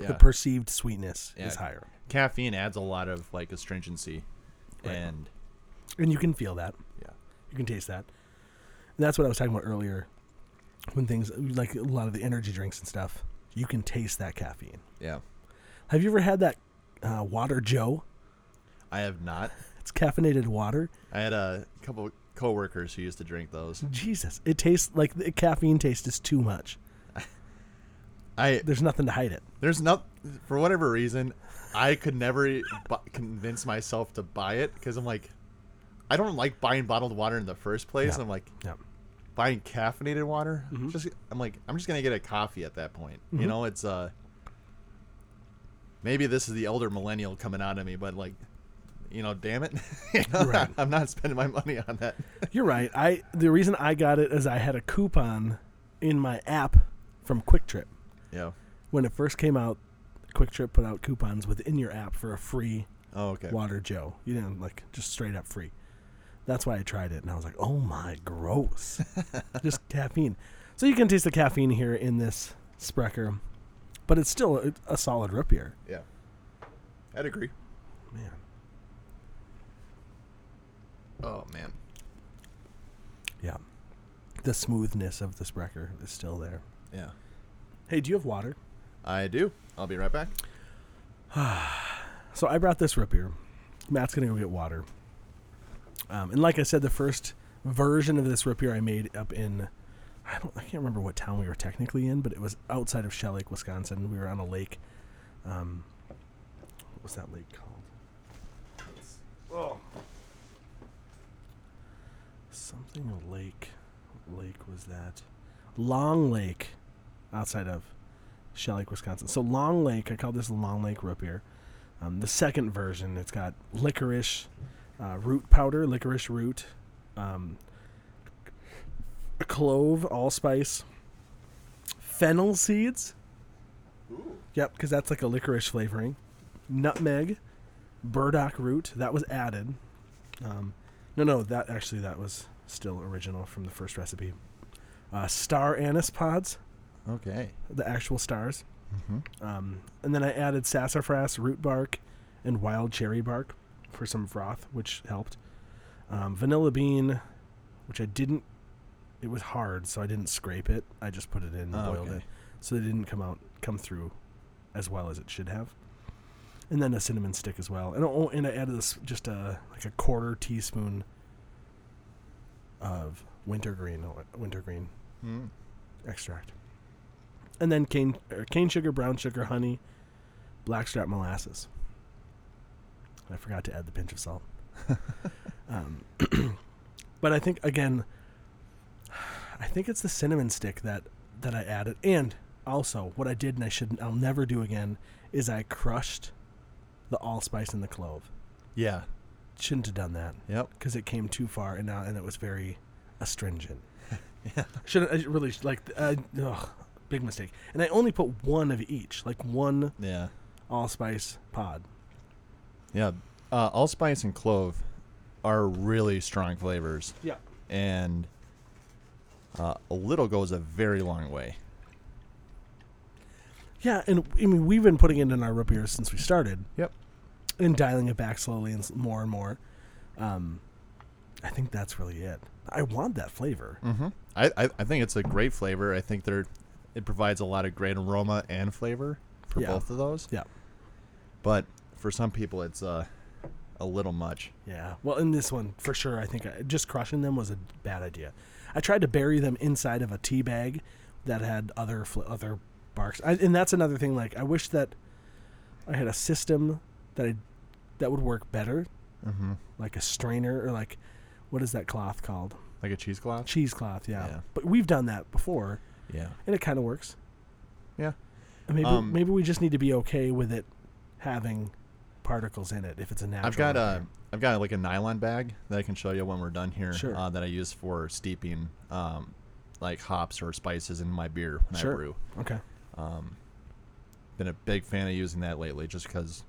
S2: Yeah.
S1: The perceived sweetness
S2: Yeah.
S1: is higher,
S2: caffeine adds a lot of like astringency, and
S1: and you can feel that.
S2: yeah,
S1: You can taste that. And that's what I was talking about earlier. When things like a lot of the energy drinks and stuff, you can taste that caffeine.
S2: yeah.
S1: Have you ever had that uh, water Joe?
S2: I have not.
S1: It's caffeinated water.
S2: I had a couple coworkers who used to drink
S1: Hmm.
S2: those.
S1: Jesus, it tastes like the caffeine taste is too much.
S2: I
S1: There's nothing to hide it.
S2: there's not for whatever reason, I could never e, bu- convince myself to buy it because I'm like, I don't like buying bottled water in the first place.
S1: Yeah.
S2: I'm like
S1: Yeah.
S2: buying caffeinated water. Just I'm like I'm just gonna get a coffee at that point. You know, it's uh maybe this is the elder millennial coming out of me, but like. You know, damn it! You know,
S1: Right.
S2: I'm not spending my money on that.
S1: You're right. I the reason I got it is I had a coupon in my app from Quick Trip.
S2: Yeah.
S1: When it first came out, Quick Trip put out coupons within your app for a free
S2: Oh, okay.
S1: Water Joe. You didn't like just straight up free. That's why I tried it and I was like, "Oh my gross." just caffeine. So you can taste the caffeine here in this Sprecher, but it's still a, a solid root beer.
S2: Yeah. I'd agree.
S1: Man.
S2: Oh man.
S1: Yeah. The smoothness of the Sprecher is still there.
S2: Yeah.
S1: Hey, do you have water?
S2: I do. I'll be right back.
S1: So I brought this root beer. Matt's gonna go get water. Um, and like I said, the first version of this root beer I made up in I don't I can't remember what town we were technically in, but it was outside of Shell Lake, Wisconsin. We were on a lake. Um, what was that lake called? Something Lake. What lake was that? Long Lake, outside of Shell Lake, Wisconsin. So Long Lake, I call this Long Lake root beer. Um, the second version, it's got licorice uh, root powder, licorice root, um, a clove, allspice, fennel seeds. Yep, because that's like a licorice flavoring. Nutmeg, burdock root that was added. Um, no, no, that actually that was still original from the first recipe. Uh, star anise pods,
S2: Okay.
S1: the actual stars.
S2: Mm-hmm.
S1: Um, and then I added sassafras, root bark, and wild cherry bark for some froth, which helped. Um, vanilla bean, which I didn't. It was hard, so I didn't scrape it. I just put it in and
S2: Oh,
S1: boiled
S2: okay.
S1: it, so it didn't come out come through as well as it should have. And then a cinnamon stick as well, and oh, and I added this just a like a quarter teaspoon of wintergreen wintergreen
S2: Mm.
S1: extract. And then cane, er, cane sugar, brown sugar, honey, blackstrap molasses. I forgot to add the pinch of salt. um, but I think again, I think it's the cinnamon stick that that I added, and also what I did and I should I'll never do again is I crushed the allspice and the clove.
S2: Yeah.
S1: Shouldn't have done that
S2: Yep.
S1: because it came too far and now and it was very astringent. Should I really like uh, ugh, big mistake. And I only put one of each, like one
S2: Yeah.
S1: allspice pod.
S2: Yeah. Uh, allspice and clove are really strong flavors,
S1: Yeah.
S2: and uh, a little goes a very long way.
S1: Yeah, and I mean we've been putting it in our root beers since we started
S2: Yep.
S1: and dialing it back slowly and s- more and more. Um, I think that's really it. I want that flavor.
S2: Mm-hmm. I, I I think it's a great flavor. I think they're it provides a lot of great aroma and flavor for
S1: Yeah.
S2: both of those.
S1: Yeah.
S2: But for some people, it's uh, a little much.
S1: Yeah. Well, in this one, for sure, I think I, just crushing them was a bad idea. I tried to bury them inside of a tea bag that had other fl- other barks, I, and that's another thing. Like, I wish that I had a system that I, that would work better,
S2: Mm-hmm.
S1: like a strainer or like what is that cloth called?
S2: Like a cheesecloth.
S1: Cheesecloth. Yeah.
S2: Yeah.
S1: But we've done that before,
S2: Yeah.
S1: and it kind of works.
S2: Yeah.
S1: And Maybe
S2: Um,
S1: maybe we just need to be okay with it having particles in it if it's a natural.
S2: I've got a,
S1: barrier.
S2: I've got like a nylon bag that I can show you when we're done here.
S1: Sure.
S2: Uh, that I use for steeping, um, like hops or spices in my beer when
S1: Sure.
S2: I brew.
S1: okay.
S2: Um, been a big fan of using that lately, just because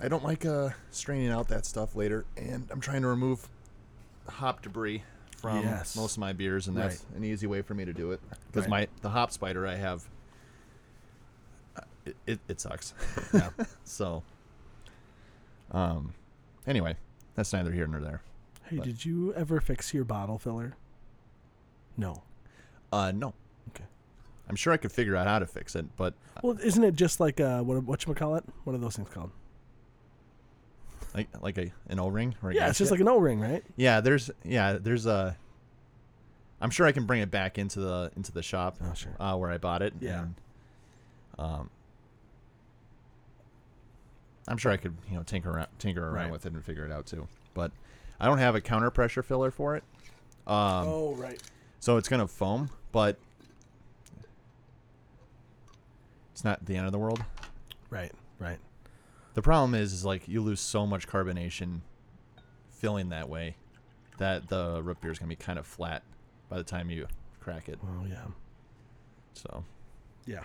S2: I don't like uh, straining out that stuff later, and I'm trying to remove hop debris from
S1: Yes.
S2: most of my beers, and that's an easy way for me to do it. Because
S1: Right.
S2: my the hop spider I have, uh, it, it, it sucks.
S1: Yeah.
S2: So, um, anyway, that's neither here nor there.
S1: Hey,
S2: But-
S1: did you ever fix your bottle filler? No.
S2: Uh, no,
S1: Okay.
S2: I'm sure I could figure out how to fix it, but
S1: uh, Well, isn't it just like uh, what what you call it? What are those things called?
S2: like like a an O ring or a
S1: Yeah, it's just
S2: gasket?
S1: like an O ring, right?
S2: yeah. There's yeah. There's a. I'm sure I can bring it back into the into the shop
S1: Oh, sure.
S2: uh, where I bought it.
S1: Yeah.
S2: And, um. I'm sure I could you know tinker around, tinker around
S1: Right.
S2: with it and figure it out too, but I don't have a counter pressure filler for it. Um,
S1: oh, right.
S2: so it's gonna foam, but it's not the end of the world.
S1: Right, right.
S2: The problem is, is like you lose so much carbonation filling that way that the root beer is gonna be kind of flat by the time you crack it.
S1: Oh, yeah.
S2: So
S1: Yeah.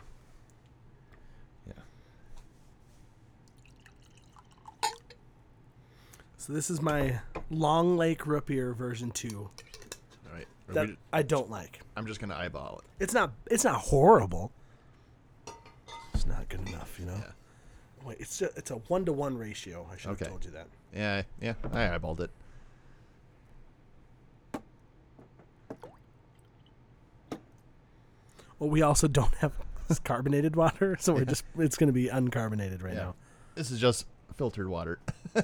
S2: Yeah.
S1: So this is my Long Lake Rupier version 2
S2: all right,
S1: that I don't like.
S2: I'm just gonna eyeball it.
S1: It's not it's not horrible. It's not good enough, you know. Wait, it's a, it's a 1 to 1 ratio. I should
S2: Okay.
S1: have told you that.
S2: Yeah, yeah, I eyeballed it.
S1: Well, we also don't have carbonated water, so we're just it's going to be uncarbonated right
S2: Yeah.
S1: now.
S2: This is just filtered water. all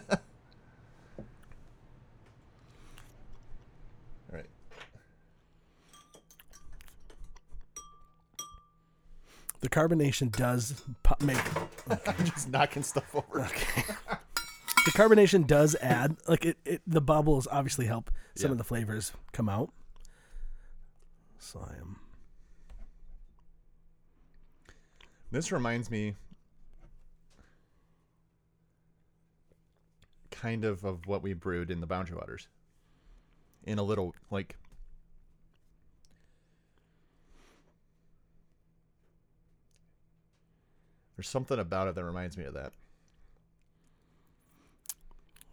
S2: right.
S1: The carbonation does pu- make
S2: I'm just knocking stuff over.
S1: the carbonation does add like it, it the bubbles obviously help some
S2: Yeah.
S1: of the flavors come out so i am
S2: This reminds me kind of of what we brewed in the Boundary Waters. In a little like There's something about it that reminds me of that.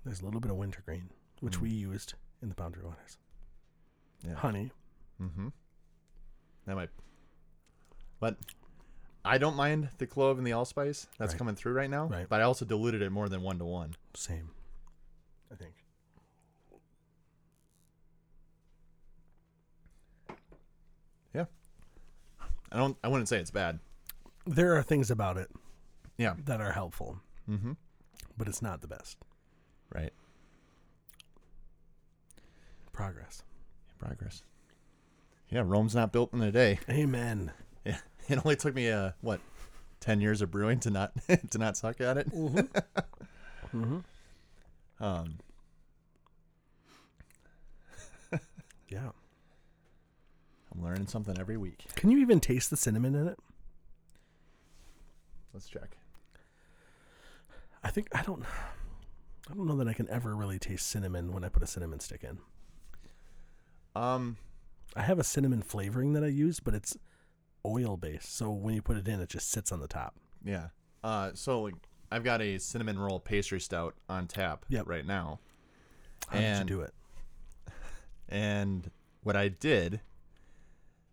S1: there's a little bit of wintergreen which
S2: Mm.
S1: we used in the boundary waters
S2: Yeah.
S1: honey
S2: Mm-hmm. That might but I don't mind the clove and the allspice that's
S1: Right.
S2: coming through right now.
S1: Right.
S2: But I also diluted it more than one to one.
S1: same i think
S2: I don't I wouldn't say it's bad.
S1: there are things about it
S2: Yeah.
S1: that are helpful
S2: Mm-hmm.
S1: but it's not the best
S2: Right.
S1: progress
S2: Progress. Yeah, Rome's not built in a day.
S1: amen
S2: Yeah. It only took me uh what, ten years of brewing to not to not suck at it.
S1: Mm-hmm.
S2: Um,
S1: yeah
S2: I'm learning something every week.
S1: can you even taste the cinnamon in it
S2: Let's check.
S1: i think i don't i don't know that i can ever really taste cinnamon when i put a cinnamon stick in
S2: Um,
S1: I have a cinnamon flavoring that I use, but it's oil based. So when you put it in, it just sits on the top.
S2: yeah. Uh, so like, I've got a cinnamon roll pastry stout on tap
S1: Yep.
S2: right now.
S1: How
S2: And-
S1: did you do it?
S2: And what I did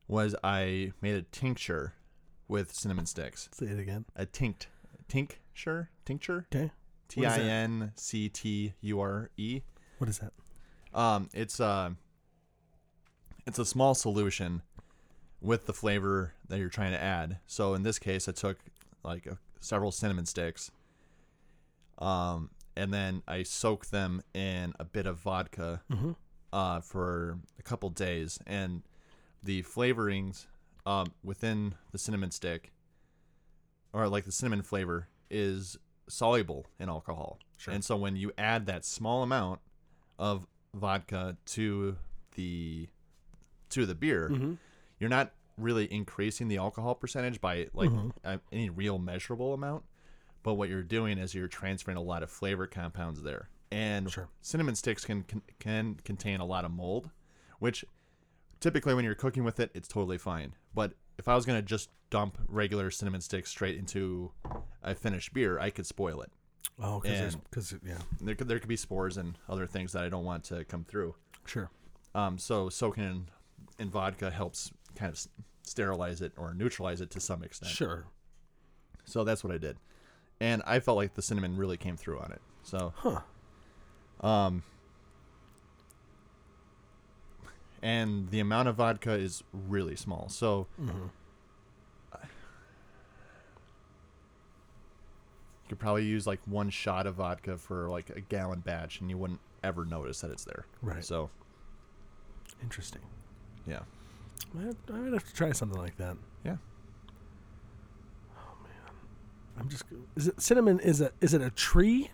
S2: was I made a tincture with cinnamon sticks.
S1: Say it again.
S2: A tinct tincture tincture
S1: Okay.
S2: T
S1: What is
S2: I
S1: that?
S2: N C T U R E.
S1: What is that?
S2: Um, it's uh, it's a small solution with the flavor that you're trying to add. So in this case, I took like a, several cinnamon sticks, um, and then I soaked them in a bit of vodka uh, for a couple days, and the flavorings um, within the cinnamon stick, or like the cinnamon flavor, is soluble in alcohol.
S1: Sure.
S2: And so when you add that small amount of vodka to the to the beer, you're not really increasing the alcohol percentage by like a- any real measurable amount. But what you're doing is you're transferring a lot of flavor compounds there, and
S1: Sure.
S2: cinnamon sticks can, can can contain a lot of mold, which typically when you're cooking with it, it's totally fine. But if I was gonna just dump regular cinnamon sticks straight into a finished beer, I could spoil it.
S1: Oh, because
S2: And-
S1: because yeah,
S2: There could there could be spores and other things that I don't want to come through.
S1: sure.
S2: Um, so soaking in, in vodka helps kind of s- sterilize it or neutralize it to some extent.
S1: Sure.
S2: So that's what I did, and I felt like the cinnamon really came through on it. So,
S1: Huh.
S2: um, and the amount of vodka is really small.
S1: Mm-hmm.
S2: So, You could probably use like one shot of vodka for like a gallon batch, and you wouldn't ever notice that it's there.
S1: Right.
S2: So
S1: Interesting.
S2: yeah,
S1: I I might have to try something like that.
S2: yeah.
S1: Uh, I'm just. Is it cinnamon? Is it is it a tree?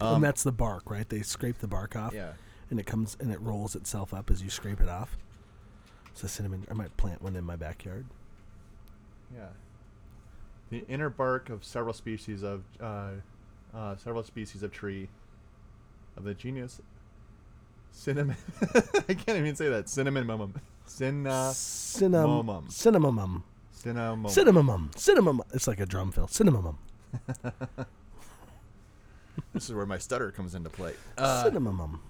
S2: Um,
S1: and that's the bark, right? They scrape the bark off.
S2: Yeah.
S1: And it comes and it rolls itself up as you scrape it off. So cinnamon. I might plant one in my backyard.
S3: Yeah.
S2: The inner bark of several species of uh, uh, several species of tree of the genus cinnamon. I can't even say that cinnamon mumum. Cinna
S1: Cinnamum.
S2: momum.
S1: Cinnamum.
S2: cinnamum.
S1: Cinnamum. Cinnamum. It's like a drum fill. Cinnamum.
S2: This is where my stutter comes into play. Uh,
S1: Cinnamum.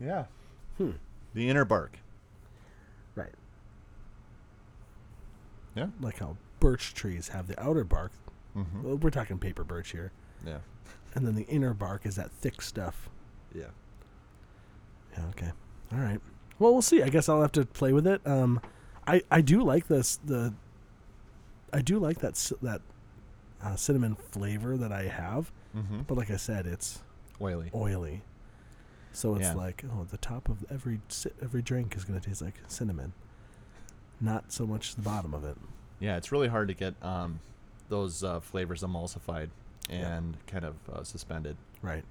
S3: Yeah.
S2: The inner bark.
S1: Right.
S2: Yeah.
S1: Like how birch trees have the outer bark. Well, we're talking paper birch here.
S2: Yeah.
S1: And then the inner bark is that thick stuff.
S2: Yeah.
S1: Yeah, okay. All right. Well, we'll see. I guess I'll have to play with it. Um, I I do like this the. I do like that c- that uh, cinnamon flavor that I have,
S2: Mm-hmm.
S1: but like I said, it's
S2: Oily.
S1: oily. So it's
S2: Yeah.
S1: like oh, the top of every ci- every drink is going to taste like cinnamon. Not so much the bottom of it.
S2: Yeah, it's really hard to get um, those uh, flavors emulsified
S1: Yeah.
S2: and kind of uh, suspended.
S1: Right,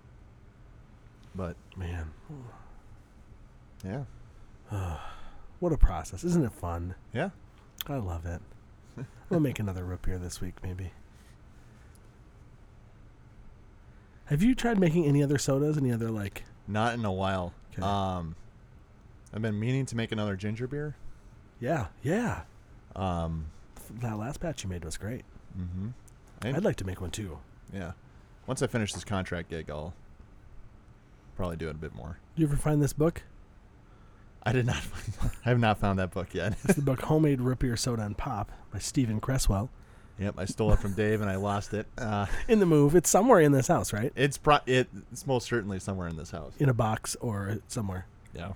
S2: But
S1: man.
S2: yeah,
S1: What a process! Isn't it fun?
S2: yeah,
S1: I love it. We'll make another root beer this week, maybe. Have you tried making any other sodas? Any other like?
S2: not in a while.
S1: 'Kay.
S2: Um, I've been meaning to make another ginger beer.
S1: Yeah, yeah.
S2: Um,
S1: That last batch you made was great.
S2: hmm I-
S1: I'd like to make one too.
S2: yeah, once I finish this contract gig, I'll probably do it a bit more.
S1: You ever find this book?
S2: I did not. Find, I have not found that book yet.
S1: It's the book "Homemade Root Beer Soda and Pop" by Stephen Cresswell.
S2: yep, I stole it from Dave and I lost it. Uh,
S1: In the move, it's somewhere in this house, right?
S2: it's pro- it, it's most certainly somewhere in this house.
S1: In a box or somewhere.
S2: Yeah,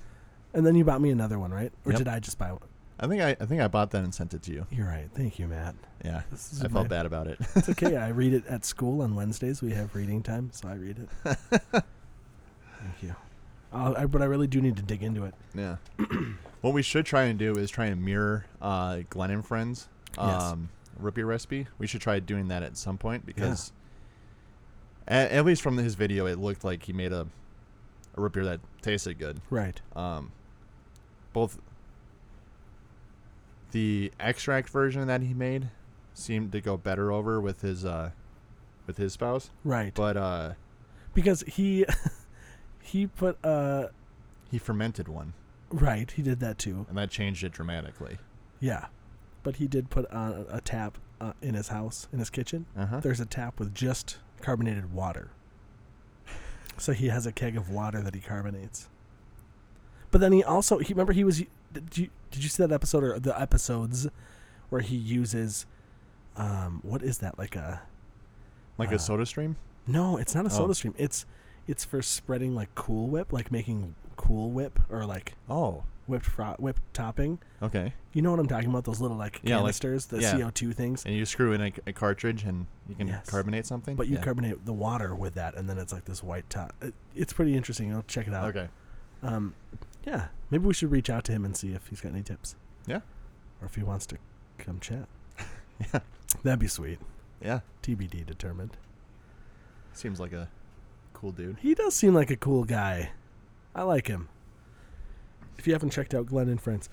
S1: And then you bought me another one, right? Or
S2: Yep.
S1: did I just buy one?
S2: I think I, I think I bought that and sent it to you.
S1: You're right. Thank you, Matt.
S2: Yeah,
S1: This is
S2: I felt
S1: my-
S2: bad about it.
S1: It's okay. I read it at school on Wednesdays. We have reading time, so I read it. Thank you. Uh, I, but I really do need to dig into it.
S2: Yeah. what we should try and do is try and mirror uh, Glenn and Friends
S1: Yes.
S2: um, root beer recipe. We should try doing that at some point because, a- at, least from his video, it looked like he made a, a root beer that tasted good.
S1: Right.
S2: Um, both the extract version that he made seemed to go better over with his uh, with his spouse,
S1: Right.
S2: but uh,
S1: because he he put uh
S2: he fermented one
S1: right, he did that too.
S2: and that changed it dramatically.
S1: Yeah. But he did put on a tap uh, in his house, in his kitchen.
S2: Uh-huh.
S1: There's a tap with just carbonated water. So he has a keg of water that he carbonates. But then he also he remember he was did you did you see that episode or the episodes where he uses um what is that like a
S2: Like
S1: Uh,
S2: a soda stream.
S1: no, it's not a
S2: Oh.
S1: soda stream. It's it's for spreading like Cool Whip, like making Cool Whip or like
S2: Oh,
S1: whipped fro- whipped topping.
S2: okay.
S1: You know what I'm talking about? Those little like
S2: Yeah, like-
S1: canisters, the
S2: yeah.
S1: CO2 things.
S2: And you screw in a, a cartridge and you can
S1: Yes.
S2: carbonate something?
S1: But you
S2: Yeah.
S1: carbonate the water with that, and then it's like this white top. It, it's pretty interesting. I'll check it out.
S2: Okay.
S1: Um, yeah, maybe we should reach out to him and see if he's got any tips
S2: Yeah.
S1: or if he wants to come chat.
S2: Yeah.
S1: That'd be sweet.
S2: Yeah.
S1: TBD determined.
S2: Seems like a cool dude.
S1: He does seem like a cool guy. I like him. If you haven't checked out Glenn and Friends,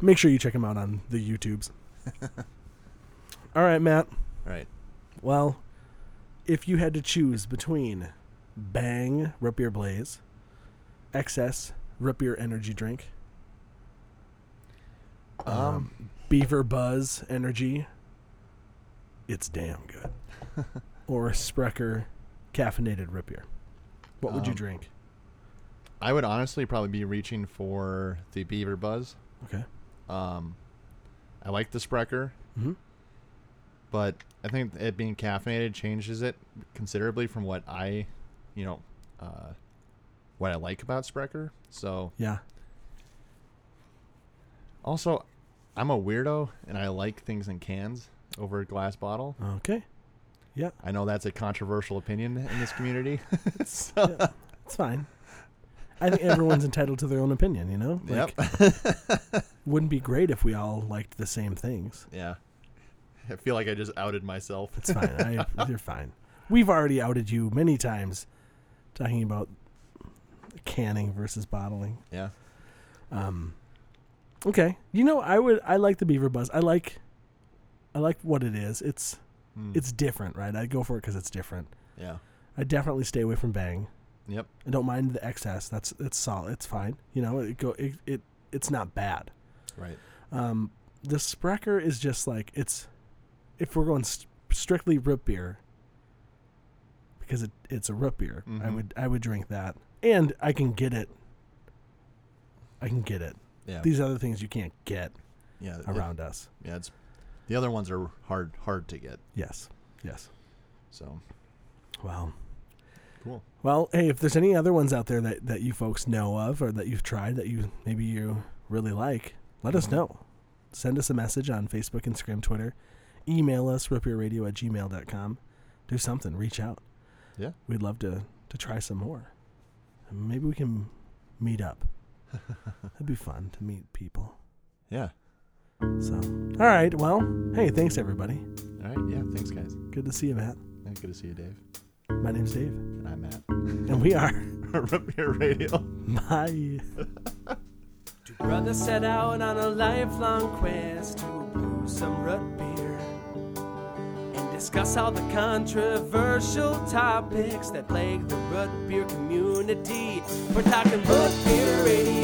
S1: make sure you check him out on the YouTubes. All right, Matt.
S2: All right.
S1: Well, if you had to choose between Bang Root Beer Blaze, XS Root Beer Energy Drink,
S2: Um,
S1: Beaver Buzz Energy, it's damn good, or Sprecher Caffeinated Root Beer, what would you
S2: Um,
S1: drink?
S2: I would honestly probably be reaching for the Beaver Buzz.
S1: Okay.
S2: Um, I like the Sprecher,
S1: Mm-hmm.
S2: but I think it being caffeinated changes it considerably from what I, you know, uh, what I like about Sprecher. So
S1: Yeah.
S2: also, I'm a weirdo and I like things in cans over a glass bottle.
S1: Okay. Yeah,
S2: I know that's a controversial opinion in this community. so,
S1: it's fine. I think everyone's entitled to their own opinion, you know? Like,
S2: yep.
S1: Wouldn't be great if we all liked the same things.
S2: yeah. I feel like I just outed myself.
S1: It's fine. I, you're fine. We've already outed you many times talking about canning versus bottling.
S2: Yeah.
S1: Um, okay. You know, I would I like the Beaver Buzz. I like I like what it is. It's
S2: Hmm.
S1: it's different, right? I go for it cuz it's different.
S2: Yeah.
S1: I definitely stay away from Bang.
S2: Yep.
S1: I don't mind the excess. That's it's solid. It's fine. You know, it go it, it it's not bad.
S2: Right.
S1: Um, the Sprecher is just like it's if we're going st- strictly root beer because it, it's a root beer. I
S2: Mhm.
S1: would I would drink that, and I can get it. I can get it.
S2: Yeah.
S1: These other things you can't get
S2: yeah. it-
S1: around us.
S2: yeah. It's the other ones are hard hard to get.
S1: Yes, yes.
S2: So
S1: Well,
S2: cool.
S1: well. Hey, if there's any other ones out there that that you folks know of or that you've tried that you maybe you really like, let us know. Send us a message on Facebook, Instagram, Twitter. Email us, ripyourradio at gmail.com. Do something. Reach out.
S2: Yeah.
S1: We'd love to, to try some more. And Maybe we can meet up. That'd be fun to meet people.
S2: Yeah.
S1: So, all right. Well, hey, thanks, everybody.
S2: All right. Yeah. Thanks, guys.
S1: Good to see you, Matt.
S2: Yeah, Good to see you, Dave.
S1: My name's Dave.
S2: And I'm Matt.
S1: And we are.
S2: Rip your radio.
S1: Bye.
S4: Two brothers set out on a lifelong quest to brew some root beer and discuss all the controversial topics that plague the root beer community. We're talking root beer radio.